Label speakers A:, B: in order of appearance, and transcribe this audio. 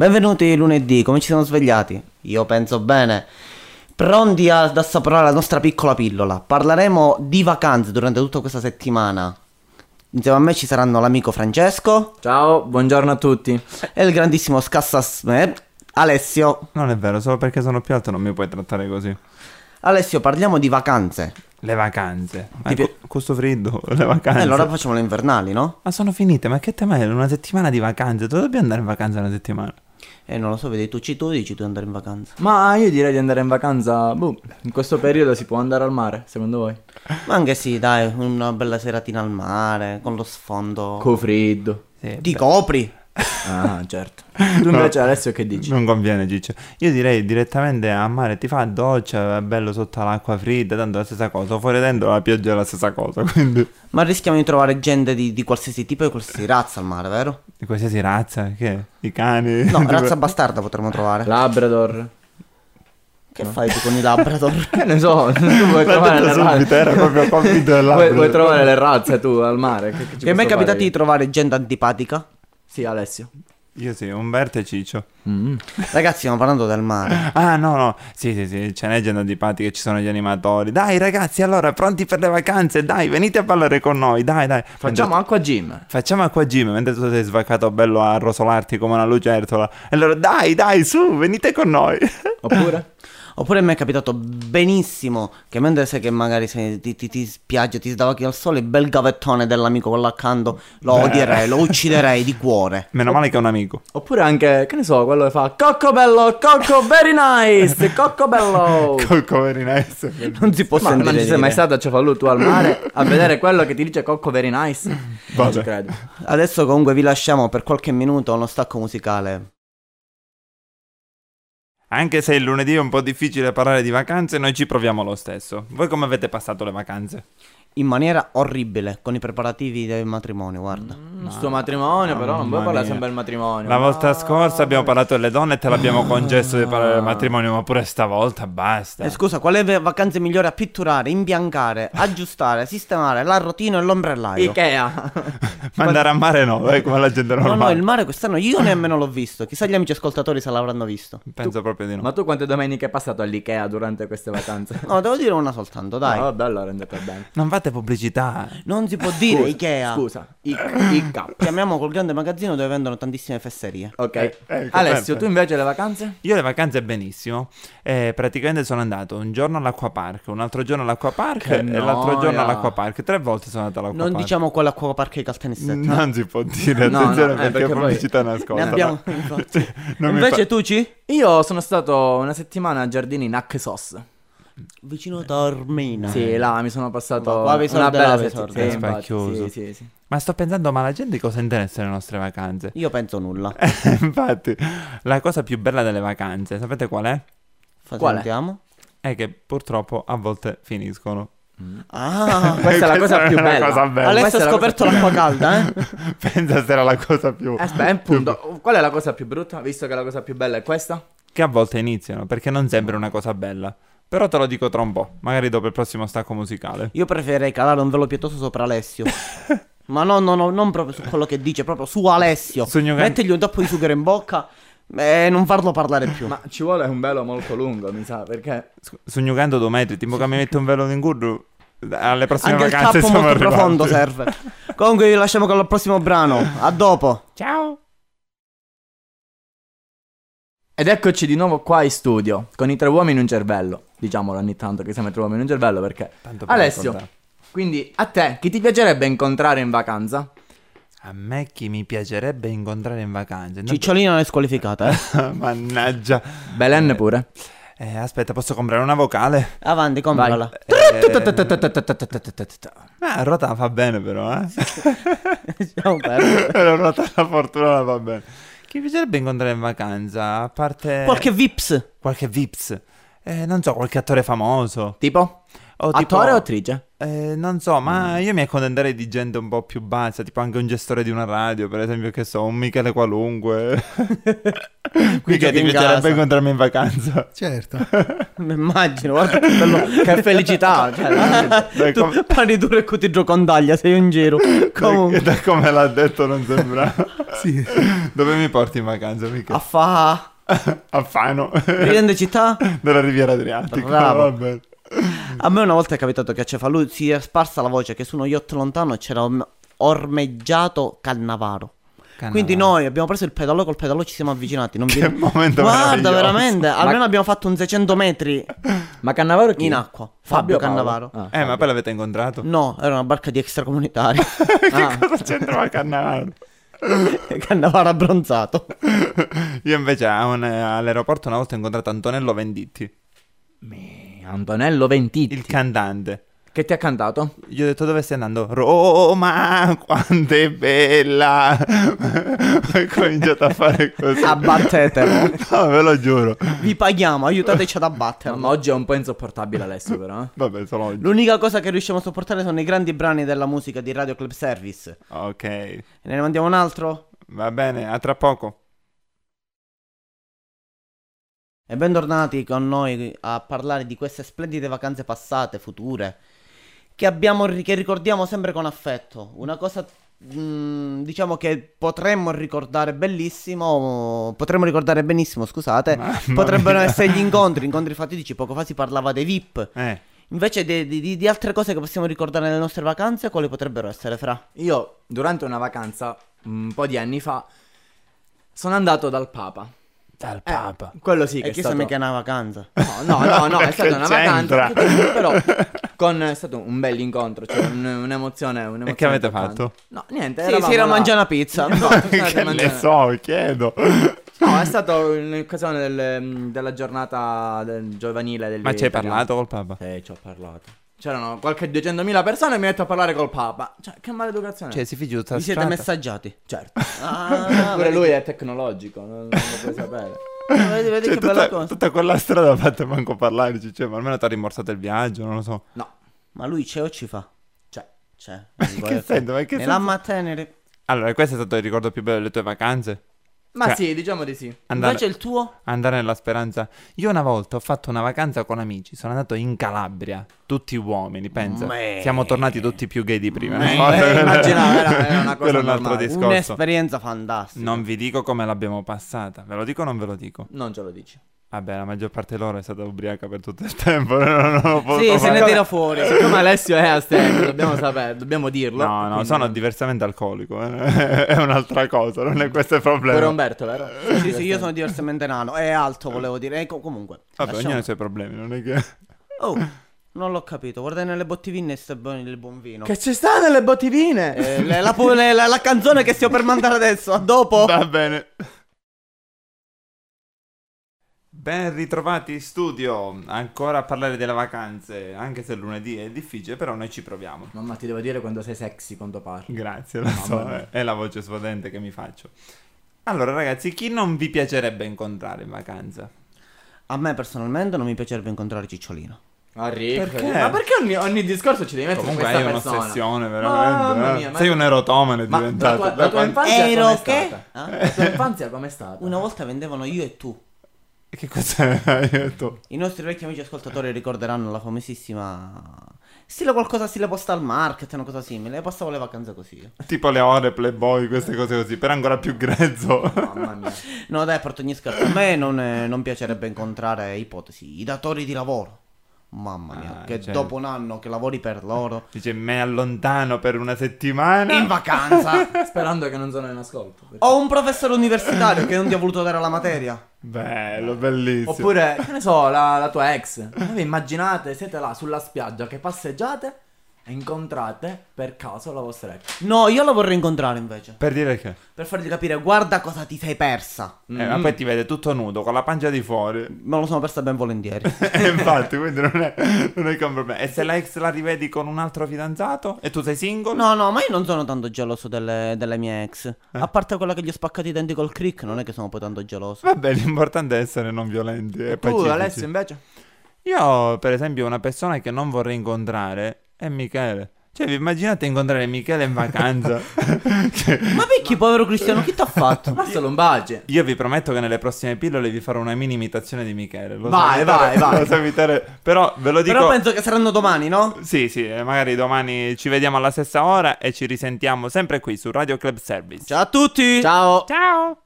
A: Benvenuti lunedì, come ci siamo svegliati? Io penso bene. Pronti a- ad assaporare la nostra piccola pillola. Parleremo di vacanze durante tutta questa settimana. Insieme a me ci saranno l'amico Francesco
B: Ciao, buongiorno a tutti.
A: e il grandissimo Scassas... eh, Alessio.
C: Non è vero, solo perché sono più alto non mi puoi trattare così.
A: Alessio, parliamo di vacanze.
C: Le vacanze. Ma
A: Ti pi-
C: co- con Eh, questo freddo, le
A: E
C: vacanze.
A: allora facciamo le invernali, no?
C: Ma sono finite, ma che tema è? Una settimana di vacanze? Dove dobbiamo andare in vacanza una settimana?
A: E Eh, non lo so, vedi, tu ci tu dici tu di andare in vacanza.
B: Ma io direi di andare in vacanza. boh, in questo periodo si può andare al mare, secondo voi?
A: Ma anche sì, dai, una bella seratina al mare, con lo sfondo.
C: Oh.
B: Co freddo.
C: Sì,
A: Ti copri.
B: Ah, certo. Tu invece
C: No.
B: Alessio che dici?
C: Non conviene, Ciccio. Io direi direttamente a mare, ti fa doccia, bello sotto l'acqua fredda, tanto è la stessa cosa. Fuori e dentro la pioggia è la stessa cosa, quindi...
A: Ma rischiamo di trovare gente di, di qualsiasi tipo e di qualsiasi razza al mare, vero?
C: Di qualsiasi razza, che? I cani?
A: No,
C: tipo-
A: razza bastarda potremmo trovare.
B: Labrador.
A: Che fai tu con i Labrador?
B: Che ne so, tu vuoi
C: L'ha
B: trovare
C: detto
B: le
C: subito,
B: razze.
C: era proprio compito del
B: Vuoi,
C: Labrador.
B: vuoi trovare le razze tu al mare? Che,
A: Che a me è capitato di
B: capitati?
A: trovare gente antipatica.
B: Sì, Alessio.
C: Io sì, Umberto e Ciccio.
A: Ragazzi, stiamo parlando del mare.
C: Ah no no, sì sì sì, c'è leggenda di patti che ci sono gli animatori Dai ragazzi allora pronti per le vacanze, dai venite a parlare con noi, dai dai
B: Facciamo
C: Mentre-
B: acqua gym.
C: Facciamo acqua gym mentre tu sei svaccato bello a rosolarti come una lucertola E allora dai dai su venite con noi
B: Oppure?
A: Oppure mi è capitato benissimo che mentre sai che magari se ti, ti, ti spiaggia, ti sdavacchi al sole, il bel gavettone dell'amico quello accanto lo
C: Beh.
A: odierei, lo ucciderei di cuore.
C: Meno male che è un amico
B: Oppure anche, che ne so, quello che fa Cocco bello, cocco very nice, cocco bello.
C: Col cover in essere
A: Non si può
B: Ma
A: sentire
B: non ci sei
A: dire.
B: mai stato a Cefalù tu al mare a vedere quello che ti dice Cocco Very Nice? Non ci
C: Vabbè.
B: credo.
A: Adesso comunque vi lasciamo per qualche minuto uno stacco musicale.
C: Anche se il lunedì è un po' difficile parlare di vacanze, noi ci proviamo lo stesso Voi come avete passato le vacanze?
A: In maniera orribile, con i preparativi del matrimonio, guarda.
B: Il suo Mm, matrimonio però, non puoi
C: Mamma
B: parlare
C: mia.
B: sempre del matrimonio.
C: La volta
B: No.
C: scorsa abbiamo parlato delle donne e te l'abbiamo concesso di parlare del matrimonio, ma pure stavolta basta
A: Eh,
B: Certo.
A: scusa, quale ve- vacanze migliore a pitturare, imbiancare, aggiustare, sistemare la rotina e l'ombrellaio?
B: Ikea.
C: Ma andare a mare no, eh, come la gente
A: No,
C: normale.
A: no, il mare quest'anno io nemmeno l'ho visto. Chissà gli amici ascoltatori se l'avranno visto.
C: Penso proprio di no.
B: Ma tu quante domeniche hai passato all'Ikea durante queste vacanze? Oh,
A: No, devo dire una soltanto, dai.
B: No, vabbè, allora è andata bene.
C: Non fate pubblicità.
A: Non si può dire Ikea.
B: Scusa, I- Ikea.
A: Chiamiamo quel grande magazzino dove vendono tantissime fesserie.
B: Ok.
C: Eh, ecco,
B: Alessio,
C: perfetto.
B: tu invece le vacanze?
C: Io le vacanze benissimo. Eh, praticamente sono andato un giorno all'acquapark, un altro giorno all'acquapark
B: Che
C: e l'altro
B: noia.
C: giorno all'acquapark. Tre volte sono andato all'acquapark.
A: Non diciamo quella acqua parca di Caltanissetta.
C: Non si può dire,
B: No,
C: attenzione
B: no, eh,
C: perché,
B: perché
C: è
B: poi
C: pubblicità nascosta.
A: Ne abbiamo.
C: Cioè, non mi
A: Invece
C: fa-
A: tu ci?
B: Io sono stato una settimana a Giardini Naxos.
A: Vicino Tormina.
B: Ah, Sì, eh. là mi sono passato
A: Ma qua vi
B: una
A: sorda,
B: bella
A: là vi
B: settimana.
A: sorda.
B: Sì, infatti,
C: Spacchioso.
B: Sì, sì, sì.
C: Ma sto pensando, ma la gente cosa interessa le nostre vacanze?
A: Io penso nulla.
B: Eh,
C: Infatti, la cosa più bella delle vacanze, sapete qual è?
A: Fa-
B: Qual è?
A: sentiamo.
C: È che purtroppo a volte finiscono.
A: Ah.
B: Questa è la cosa
C: Questa è
B: più
C: una
B: bella.
C: cosa bella.
A: Alessio
B: Eh, Questa è
A: ha
B: la cosa
A: scoperto
B: più
A: l'acqua calda, eh?
C: Pensa se era la cosa più...
B: Aspetta, è un punto. Qual è la cosa più brutta? Visto che la cosa più bella è questa?
C: che a volte iniziano perché non
A: Mm.
C: sembra una cosa bella. Però te lo dico tra un po', magari dopo il prossimo stacco musicale.
A: Io preferirei calare un velo pietoso sopra Alessio. Ma no, no, no, non proprio su quello che dice, proprio su Alessio.
C: Sogno-
A: Mettergli un tappo di sughero in bocca e non farlo parlare più.
B: Ma ci vuole un velo molto lungo, mi sa, perché...
C: S- sognugando due metri, tipo che mi mette un velo d'ingurdo. Alle prossime
A: Anche il
C: vacanze
A: tappo
C: siamo
A: molto
C: arrivati.
A: profondo serve. Comunque vi lasciamo con il prossimo brano. A dopo.
C: Ciao!
B: Ed eccoci di nuovo qua in studio, con i tre uomini in un cervello. Diciamolo ogni tanto che siamo i tre uomini in un cervello, perché...
C: Tanto per
B: Alessio,
C: raccontare.
B: quindi a te, chi ti piacerebbe incontrare in vacanza?
C: A me chi mi piacerebbe incontrare in vacanza? Intanto-
A: Cicciolina non è squalificata, eh.
C: Mannaggia.
B: Belen pure.
C: Eh, aspetta, posso comprare una vocale?
A: Avanti, comprala.
B: Eh.
C: Ma a ruota la fa bene però, eh.
A: Siamo persi.
C: la ruota la fortuna la fa bene. Chi mi piacerebbe incontrare in vacanza? A parte...
A: Qualche Vips.
C: qualche Vips. Eh, non so, qualche attore famoso.
B: Tipo?
C: O tipo-
B: Attore o attrice?
C: Eh, non so, ma io mi accontenterei di gente un po' più bassa, tipo anche un gestore di una radio, per esempio, che so, un Michele qualunque. Mica ti
A: giochi in casa.
C: piacerebbe incontrarmi in vacanza.
D: Certo.
A: Mi immagino, guarda che, bello, che felicità. Cioè, veramente.
C: Dai,
A: tu parli tu e ti gioco sei un giro.
C: Da,
A: Comunque,
C: da come l'ha detto non sembra.
D: Sì.
C: Dove mi porti in vacanza,
A: a
C: mica?
A: fa
C: A Fano,
A: ridendo città.
C: della riviera adriatica.
A: Bravo.
C: vabbè.
A: A me una volta è capitato che a Cefalù si è sparsa la voce che su uno yacht lontano c'era orm- ormeggiato Cannavaro. Quindi noi abbiamo preso il pedalò, col pedalò ci siamo avvicinati. Non vi-
C: Che momento
A: Guarda,
C: meraviglioso.
A: veramente, almeno abbiamo fatto un 600 metri
B: Ma Cannavaro chi?
A: in acqua. Fabio,
B: Paolo?
A: Cannavaro.
B: Ah,
C: Eh, ma poi l'avete incontrato?
A: No, era una barca di extracomunitari.
B: ah.
C: Cosa c'entrava Cannavaro?
A: Cannavaro abbronzato.
C: Io invece a un- all'aeroporto una volta ho incontrato Antonello Venditti,
B: Me- Antonello Ventitti.
C: il cantante.
B: Che ti ha cantato?
C: Gli ho detto dove stai andando? Roma, quanto è bella! Ho cominciato a fare così.
A: Abbattetelo.
C: No, ve lo giuro.
A: Vi paghiamo, aiutateci ad
B: Ma
A: abbatterlo.
B: oggi è un po' insopportabile Alessio però. eh.
C: Vabbè, solo oggi.
A: L'unica cosa che riusciamo a sopportare sono i grandi brani della musica di Radio Club Service.
C: Ok,
A: Ne mandiamo un altro?
C: va bene, a tra poco.
A: E bentornati con noi a parlare di queste splendide vacanze passate, future, che, abbiamo, che ricordiamo sempre con affetto. Una cosa, mm, diciamo che potremmo ricordare bellissimo, potremmo ricordare benissimo, scusate,
C: Mamma
A: Eh, potrebbero
C: mia.
A: essere gli incontri, incontri fatidici, poco fa si parlava dei VIP.
C: Eh,
A: Invece di, di- di- di altre cose che possiamo ricordare nelle nostre vacanze, quali potrebbero essere, Fra?
B: Io durante una vacanza un po' di anni fa sono andato dal Papa.
D: Dal
B: Eh,
D: Papa.
B: quello sì che
A: E
B: è
A: chi
B: stato...
A: sa me che è una vacanza?
B: No, no, no, no, è
C: Che
B: stata una vacanza.
C: c'entra?
B: perché- Però con, è stato un bel incontro, cioè un- un'emozione, un'emozione.
C: E che avete
B: importante.
C: fatto?
B: No, niente.
A: Sì,
B: eravamo
A: si era
B: là.
A: mangiata una pizza.
B: No,
C: che ne so, chiedo.
B: No, è stato in occasione del- della giornata del- giovanile del
C: Ma ci hai parlato col papà?
B: Sì, Eh, ci ho parlato. C'erano qualche 200.000 persone e mi metto a parlare col Papa. Cioè, che maleducazione.
C: si figi tutta
A: Vi siete messaggiati?
B: certo.
A: Ah,
B: Pure lui è tecnologico, non, non lo puoi sapere.
A: vedi, vedi, vedi
C: Cioè,
A: che bella
C: tutta,
A: cosa.
C: tutta quella strada fate manco parlarci, cioè, ma almeno ti ha rimborsato il viaggio, non lo so.
B: No,
A: Ma lui c'è o ci fa?
B: cioè,
A: Cioè,
C: che senso, ma che senso?
A: Nell'amma tenere.
C: Allora, questo è stato il ricordo più bello delle tue vacanze?
B: ma
C: Cioè-
B: sì, diciamo di sì.
C: Andare,
A: Invece il tuo?
C: andare nella speranza. Io una volta ho fatto una vacanza con amici, sono andato in Calabria, tutti uomini, pensa.
A: Me.
C: Siamo tornati tutti più gay di prima.
A: Me.
C: Guarda,
A: Eh,
C: quello-
B: immaginavo, era- era una cosa
C: quello è un altro
B: normale.
C: discorso.
A: Un'esperienza fantastica.
C: Non vi dico come l'abbiamo passata, ve lo dico o non ve lo dico?
B: Non ce lo dici.
C: Vabbè, la maggior parte loro è stata ubriaca per tutto il tempo. Non ho potuto
A: Sì, se
C: fare-
A: ne tira fuori.
B: Siccome Alessio è astemio, dobbiamo sapere, dobbiamo dirlo.
C: No, no,
B: quindi-
C: sono diversamente alcolico. eh. è un'altra cosa, non è questo il
B: Pure
C: problema.
B: Umberto, vero?
A: Sì, sì, io sono diversamente nano. È alto, volevo dire. Ecco, comunque.
C: Vabbè,
A: lasciamo-
C: ognuno ha i suoi problemi, non è che.
A: Oh, non l'ho capito. Guarda nelle bottivine sta buon il buon vino.
B: Che ci sta nelle bottivine?
A: Eh, la, la pu- la- la canzone che stiamo per mandare adesso, a dopo.
C: Va bene. Ben ritrovati in studio, ancora a parlare delle vacanze, anche se lunedì è difficile, però noi ci proviamo.
B: Mamma, ti devo dire quando sei sexy quando parli.
C: Grazie, lo so, eh.
B: Mamma mia.
C: è la voce svodente che mi faccio. Allora ragazzi, chi non vi piacerebbe incontrare in vacanza?
B: Certo,
A: A me personalmente non mi piacerebbe incontrare Cicciolino.
C: Perché?
B: Ma perché ogni, ogni discorso ci devi mettere
C: Comunque
B: questa
C: hai
B: persona?
C: un'ossessione
B: Mamma
C: veramente.
B: mia,
C: eh.
B: ma-
C: Sei un erotomane
B: Ma la
C: diventato.
B: tua,
C: da
B: la tua
C: quando-
B: infanzia
A: Ero
B: com'è
A: che?
B: stata?
A: Ah?
B: La tua infanzia com'è stata?
A: Una volta vendevano io e tu.
C: Che cos'è? Hai detto?
A: I nostri vecchi amici ascoltatori ricorderanno la famosissima. Stile qualcosa stile postal market, una cosa simile. Passavo le vacanze così. io.
C: Tipo le ore, Playboy, queste cose così, però ancora più grezzo.
B: Mamma mia.
A: No, dai, porto ogni scherzo. A me non, eh, non piacerebbe incontrare ipotesi. I datori di lavoro. Mamma mia,
C: Ah,
A: che
C: certo.
A: dopo un anno che lavori per loro.
C: Dice, me allontano per una settimana.
A: In vacanza!
B: Sperando che non sono in ascolto. perché-
A: Ho un professore universitario che non ti ha voluto dare la materia.
C: Bello, bellissimo.
B: Oppure, che ne so, la, la tua ex. Voi vi immaginate, siete là sulla spiaggia che passeggiate e incontrate per caso la vostra ex.
A: No, io la vorrei incontrare invece.
C: Per dire che...
A: Per fargli capire, guarda cosa ti sei persa.
C: Eh, ma poi ti vede tutto nudo, con la pancia di fuori.
A: Me lo sono persa ben volentieri.
C: E infatti, quindi non è, non è che un problema. E se la ex la rivedi con un altro fidanzato? E tu sei single?
A: No, no, ma io non sono tanto geloso delle, delle mie ex. A parte quella che gli ho spaccato i denti col crick, non è che sono poi tanto geloso.
C: Vabbè, l'importante è essere non violenti e,
B: Tu,
C: pacifici.
B: Alessio, invece?
C: Io, per esempio, una persona che non vorrei incontrare è Michele. Cioè, vi immaginate incontrare Michele in vacanza?
A: Ma perché, povero Cristiano, chi t'ha fatto?
B: Ma sono baci.
C: Io vi prometto che nelle prossime pillole vi farò una mini imitazione di Michele. Lo so
B: Vai, vai,
C: evitare-
B: vai.
C: Lo so evitare, però ve lo dico.
A: Però penso che saranno domani, no?
C: Sì, sì, eh, magari domani ci vediamo alla stessa ora e ci risentiamo sempre qui su Radio Club Service.
A: Ciao a tutti!
B: Ciao.
C: Ciao.